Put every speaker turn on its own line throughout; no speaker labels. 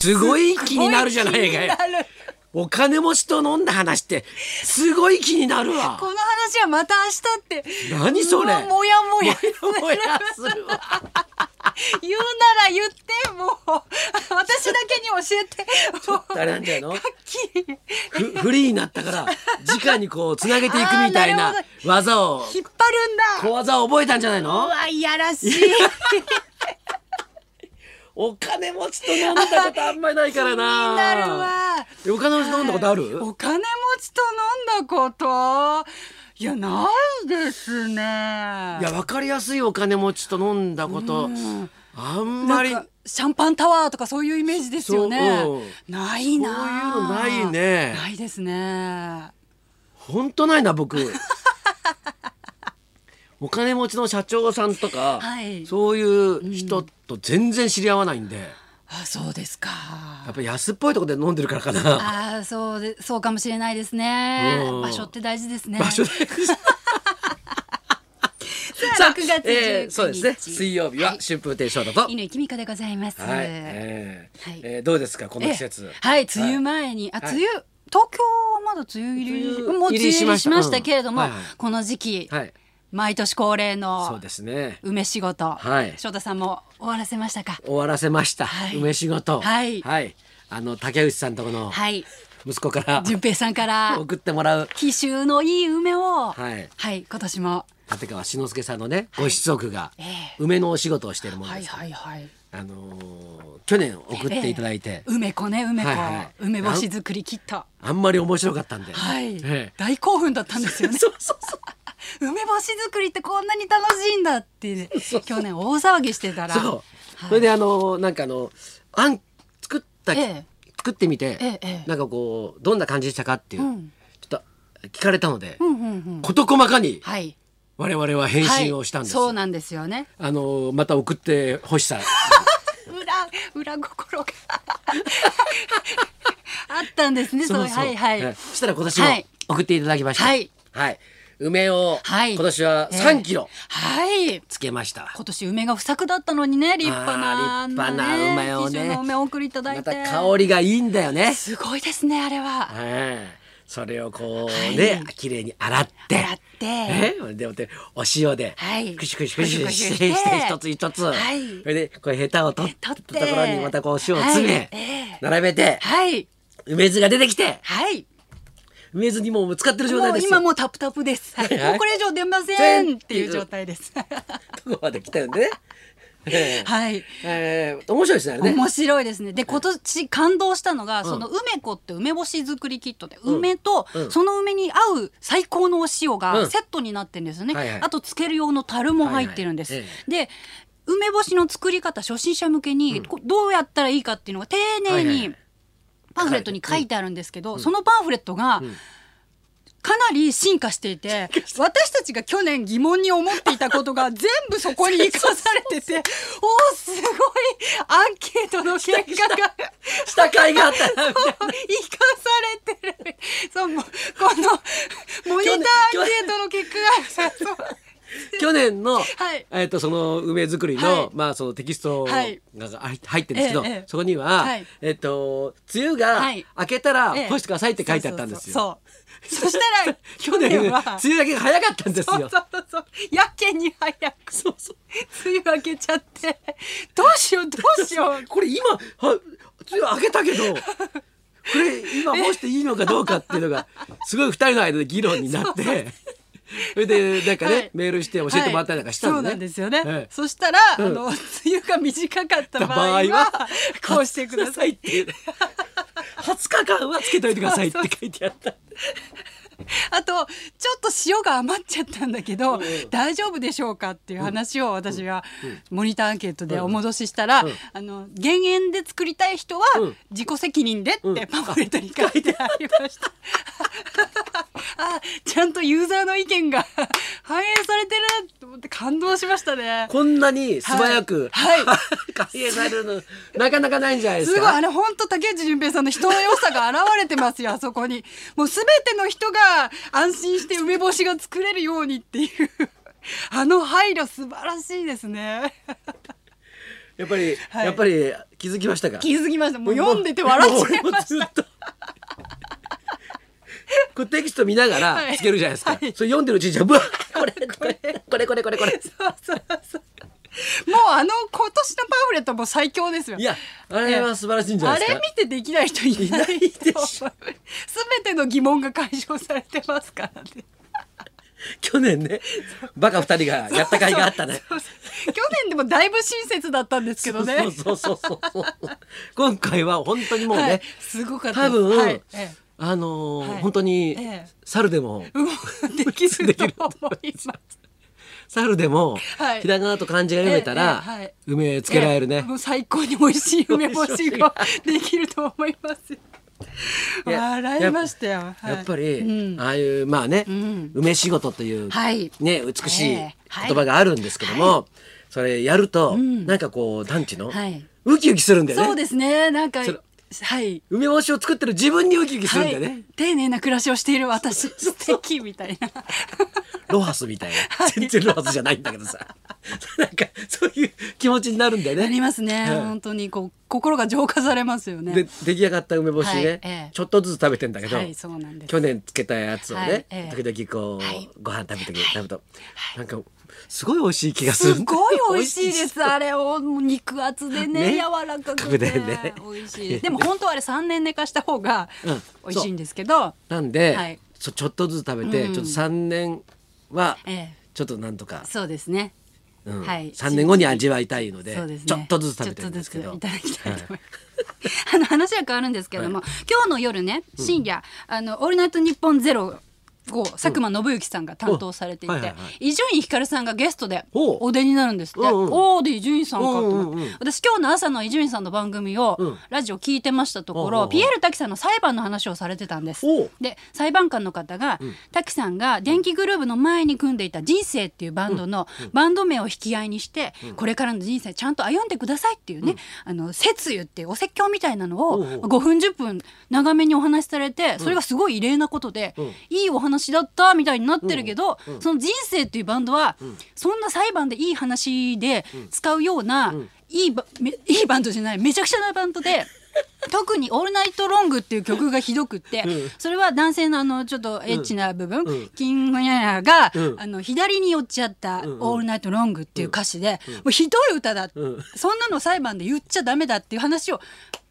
すごい気になるじゃないかよ
気になる
お金持ちと飲んだ話ってすごい気になるわ
この話はまた明日って。
何それ
うわもやもや。
もやするわ
言うなら言って、もう。私だけに教えて。ち
ちょっとあれなんじゃないの
っきり。
ふフリーになったから直にこうつなげていくみたい
あーな
な
る
技を
引っ張るんだ。
小技を覚えたんじゃないうの
わ、いやらしい。
お金持ちと飲んだことあんまりないからな
なるわ。
お金持ちと飲んだことある
お金持ちと飲んだこといや、ないですね。い
いや分かりやすいお金持ちと飲んだこと
ん
あん
な
ま
ん
り
かシャンパンタワーとかそういうイメージですよね
そううん。
ないなあ。
そういうのないね
ないですね。
本当ないな僕 お金持ちの社長さんとか、
はい
そういう人と全然知り合わないんで、や
あ、そうですか。
っぱ安っぽいとこで飲んでるからかな
あー、そうでそうかもしれないですね
うん。
場所って大事ですね。
場所 で
さ
さ
あ
あ
6月19日、
えーそうですね水曜日は春風亭昇太と、はい
犬井美香でございます。
えー
はい
えーどうですかこの
ええ
季節、
はい、梅雨前に、あ、梅雨、東京はまだ梅雨入
梅
り、
雨
もう梅雨入りしまし
う
た
ん
けれども、
はいはい
この時期、
はい
毎年恒例
そう
の
ですね
梅仕事、
はい
翔太さんも終わらせましたか。
終わらせました、
はい
梅仕事
はい
あの竹内さんとこの
はい、
息子から
淳平さんから
送ってもらう
紀州のいい梅を、は
はいい、
今年も、
立川志の輔さんのね、ご子息が
ええ
梅のお仕事をしているもの
は
で
い
すから、
はいはい。
あのー去年送っていただいて、
梅子ね梅子、
はいはい
梅干し作り切った。
あんまり面白かったんで、
はい、
え
大興奮だったんですよ
え
ね。
そうそうそう
梅干し作りってこんなに楽しいんだって、ね、去年大騒ぎしてたら。
そう、
はい
それであのーなんかあのあん作った、
ええ
作ってみて、
ええええ
なんかこうどんな感じでしたかっていう、
うん
ちょっと聞かれたので、
うんうんうん。
事細かに
はい。
我々は返信をしたんですよ、
はいそうなんですよね。
あのーまた送ってほしさ
裏裏 心があったんですね。そうはいはい。
ええそしたら今年
はい
も送っていただきました
はい、
はい梅を、
はい
今年は
ええ
3キロ
はい。
つけました、
今年梅が不作だったのにね立派な
あー立派な
あん
梅をね
貴重な梅をお送りいただい
ま
て。
た香りがいいんだよね
すごいですねあれは。
はいそれをこ
はいう
ね、綺麗に洗って
洗って
えでもってお塩で
はい
クシュクシュクシュ
クシ
し
ュクシュ
て
して
して一つ一つ、
はい
それでこれヘタを取った
取
と
って
ころにまたこうお塩を詰
は
め
い、ええ
並べて
はい
梅酢が出てきて
はい。
梅酢にもう使ってる状
も
態
う
ですよ
今もうタプタプです。はい
はい
もうこれ以上出ません
全
っていう状態です。
とこまで来たよね。 ええ
はい。
ええ面白いですねあれね。
面白いですね。で今年感動したのが、その梅子って梅干し作りキットで、梅と、
うん
その梅に合う最高のお塩
う
が
ん
セットになってるんですよね。
はいはい
あとつける用の樽も入ってるんです。
はいはい
で梅干しの作り方初心者向けに、こうどうやったらいいかっていうのが丁寧
はいはい
にパンフレットに書いてあるんですけど、そのパンフレットが、かなり進化していて私たちが去年疑問に思っていたこ とが全部そこに生かされてておーすごいアンケートの結果 が
下階があったなみたい
生
な
かされてるそうもうこのモニターアンケートの結果が
去年の、
はい
えっとその梅作りの、
はい
まあそのテキストが
はい
入入ってるんですけど、
ええええ
そこには、
はい
えっと梅雨が
はい
明けたら
そう
干してくださいって書いてあったんですよ。
そうそうそうそうそしたら
去年梅
は
雨だけが早かったんです
そう
よ。
そうそうそうやけに早くそうそう梅雨明けちゃってどうしようどうしよう
これ今は梅雨明けたけど。これ今干していいのかどうかっていうのがすごい二人の間で議論になってそれでなんかね、
はい
メールして 教えてもらったりなんかした
は
の
い
ね、
そうなんですよね、
ええ
そしたら、
うん
あの梅雨が短かった場 合
場合は
はこうしてください
っていう20日間はつけといてくださいって書いてあった
あとちょっと塩が余っちゃったんだけど、大丈夫でしょうかっていう話を私はモニターアンケートでお戻ししたら、
うん
あの減塩で作りたい人は
うん
自己責任でってパンフレットに書いてありました。 あちゃんとユーザーの意見が 反映されてると思って感動しましたね。
こんなに素早く、
はいは い
い、変えられるのなかなかないんじゃないですす
ごいあ
か
れ本当竹内純平さんの人の良さが現れてま すよあそこにもう全ての人が安心して梅干しが作れるようにっていう あの配慮素晴らしいですね
やっぱり、
はい
やっぱり 気づきましたか
気づきましたもう読んでて笑っちゃいました
もう俺もずっとこうテキスト見なが
は
ら
い
つけるじゃないですか、
はい
それ読んでるうちにじゃあうわこれこれこれこれこれこれ
そうそうそうもうあの今年のパンフレットも最強ですよ
いやあれは素晴らしいんじゃな
あ
いです
れ
か
見てできない人い
い
ない
ないでしょ
すべての疑問が解消されてますからね
去年ねバカ二人 がやった甲斐があったね
そうそう去年でもだいぶ親切だったんですけどね
そうそうそうそうそう今回は本当にもうね、
はい、すごかった
多分、
はいえ
あのー
はい
本当に、
ええ
猿でも
え、うんできると思います
猿でも、
はい
ひらがなと漢字が読めたら、
ええええはい
梅つけられるね、
もう最高に美味しい梅干しができると思いますよ
いや
笑いましたよ、はい
やっぱり、
うん
ああいうまあね、
うん
梅仕事という、
はい
ね美しい
ええ
言
はい
葉があるんですけども、
は
それやると、
ん
なんかこうなんちゅうの、
はい
ウキウキするんだよね
そうですねなんか
それ
はい
梅干しを作ってる自分にウキウキするん
は
だよね、
い、丁寧な暮らしをしている私素敵みたい な
ロハスみたいな、全然ロハスじゃないんだけどさなんかそういう気持ちになるんだよね
ありますね、
はい
本当にこう心が浄化されますよね
で出来上がった梅干しね、
はいええ
ちょっとずつ食べてんだけど、
はいそうなんです
去年つけたやつをね、
はいええ
時々こう、
はい
ご飯食べてく食べと、なんかすごい美味しい気がする
すごい 美味しいで
美
すあれをもう肉厚でね
ね
柔らかく
角
て
でね
美味しいでも本当はあれ3年寝かした方が
うん
美味しいんですけど、
なんで、
はい
そちょっとずつ食べて、
うん
ちょっと三年は
ええ
ちょっとなんとか、
そうですね
うん
はい
3年後に味わいたいので
そうですね
ちょっとずつ食べてるんですけ
ちょ
ど
っとずついただきたいと
は
思います、 あの話は変わるんですけれども、今日の夜ね深夜、あの「オールナイトニッポンゼロを佐久間信行さんが担当されてい
うんおはい
て
はいはい
伊集院光さんがゲストで
おう
お出になるんですって
うんうん
おおで伊集院さんかと思
う
っ
んうんう
て
ん
私今日の朝の伊集院さんの番組を、
うん
ラジオ聞いてましたとこ
おうおうお
ろ
う
ピエール滝さんの裁判の話をされてたんです
おう
で裁判官の方が、滝さんが電気グルーブの前に組んでいた「人生」っていうバンドのバンド名を引き合いにして、これからの人生ちゃんと歩んでくださいっていうね、あの説諭っていうお説教みたいなのを
おうおう
5分10分長めにお話しされてそれがすごい異例なことで、
うん
いいお話だったみたいになってるけど、その「人生」っていうバンドは、そんな裁判でいい話で使うような、いいバめいいバンドじゃないめちゃくちゃなバンド で。特に「オールナイトロング」っていう曲がひどくって、
ん
それは男性のあのちょっとエッチな部分、
うん
キングニャヤが、
うん
あの左に寄っちゃった
ん
「
うん
オールナイトロング」っていう歌詞で、もうひどい歌だって、
うん
そんなの裁判で言っちゃダメだっていう話を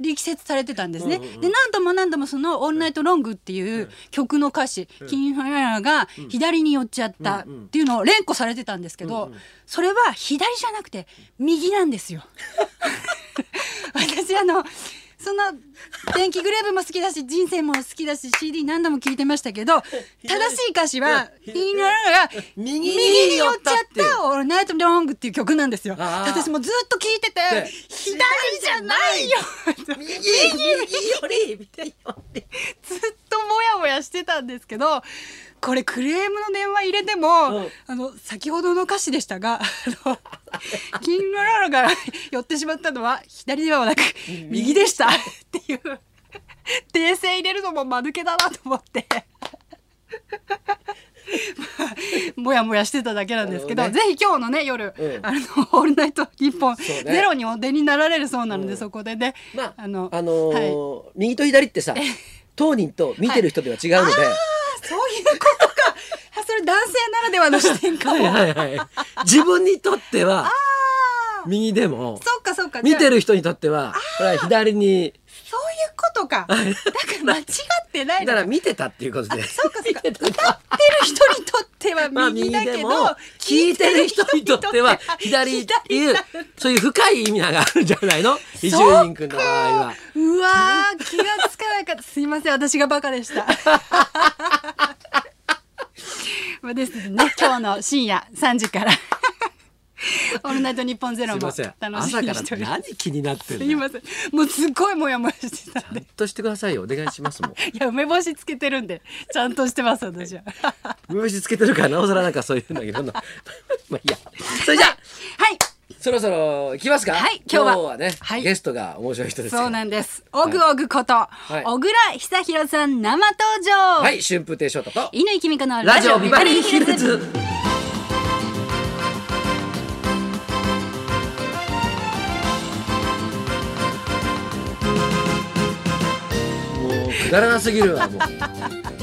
力説されてたんですね。
うんうんうん
で何度も何度もその「オールナイトロング」っていう曲の歌詞、キングニャヤが左に寄っちゃったっていうのを連呼されてたんですけど、それは左じゃなくて右なんですよ。 私あのその電気グレーブも好きだし人生も好きだし CD 何度も聞いてましたけ ど正しい歌詞は「
いや
ヒーナラが
右
右
に
に
寄
寄
っ
っ
ち
ち
ゃ
ゃ
っ
ったたオールナイトロング」っていう曲なんですよ。
あー
私もずっと聞いてて
で
「左じゃないよ」
右右より右より
ずっとモヤモヤしてたんですけどこれクレームの電話入れても、
うん
あの先ほどの歌詞でしたがあ のキングララが寄ってしまったのは左ではなく右でしたっていう訂正入れるのも間抜けだなと思って。 もやもやしてただけなんですけど、
なるほ
ぜひ今日のね夜、
うん
あの「オールナイト日本
そうね
ゼロにお出になられるそうなので、
うん
そこでね、
まあ、あの
はい
ー右と左ってさ当人と見てる人では違うので、
そういうことか。あそれ男性ならではの視点かも。
はいはいはい、自分にとっては右でも
そっかそっか。
見て
る。
る人にとってはこれは左に
そういうことか。だから間違ってない
だ
の
か
から
見てたっていうことで
そうかそうか。歌ってる人にとっては
まあ
右
右
だけ
で
ど
も、聞いてる人にとっては左
左
っていうそういう深い意味があるんじゃないの伊集院君の場合は。
うわー気がつかな かったすいません私がバカでした まあですね今日の深夜3時 から「オールナイトニッポンゼ
す
ロ
い
も
ま
楽
せん
し
朝
み
か
にしてお
ら
ります
何気になってん
す
の
い
ち
ませんもうすっごいモヤモヤしてたん
ゃ
で
んとしてくださいよお願いしますもん。
いや梅干しつけてるんでちゃんとしてます私 はは
梅干しつけてるからなおさらなんかそういうのいろんな まあいいやそれじゃあ
い
そろそろ行きますか
はい今日は
ね、
はい
ゲストが面白い人ですから
そうなんですオグオグこと、
い
小倉久弘さん生登場、
はい春風亭昇太と
乾きみかの
ラジオビバリーヒルズならなすぎるわもう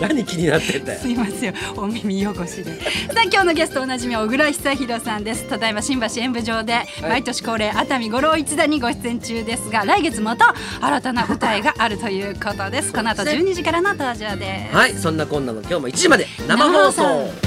何気になってんだよ
すいませんお耳汚しでさあ今日のゲストおなじみ小倉久弘さんですただいま新橋演舞場で毎年恒例熱海五郎一座にご出演中ですが来月また新たな舞台があるということですこの後12時からの登場です
はいそんなこんなの今日も1時まで生放
生放
送
送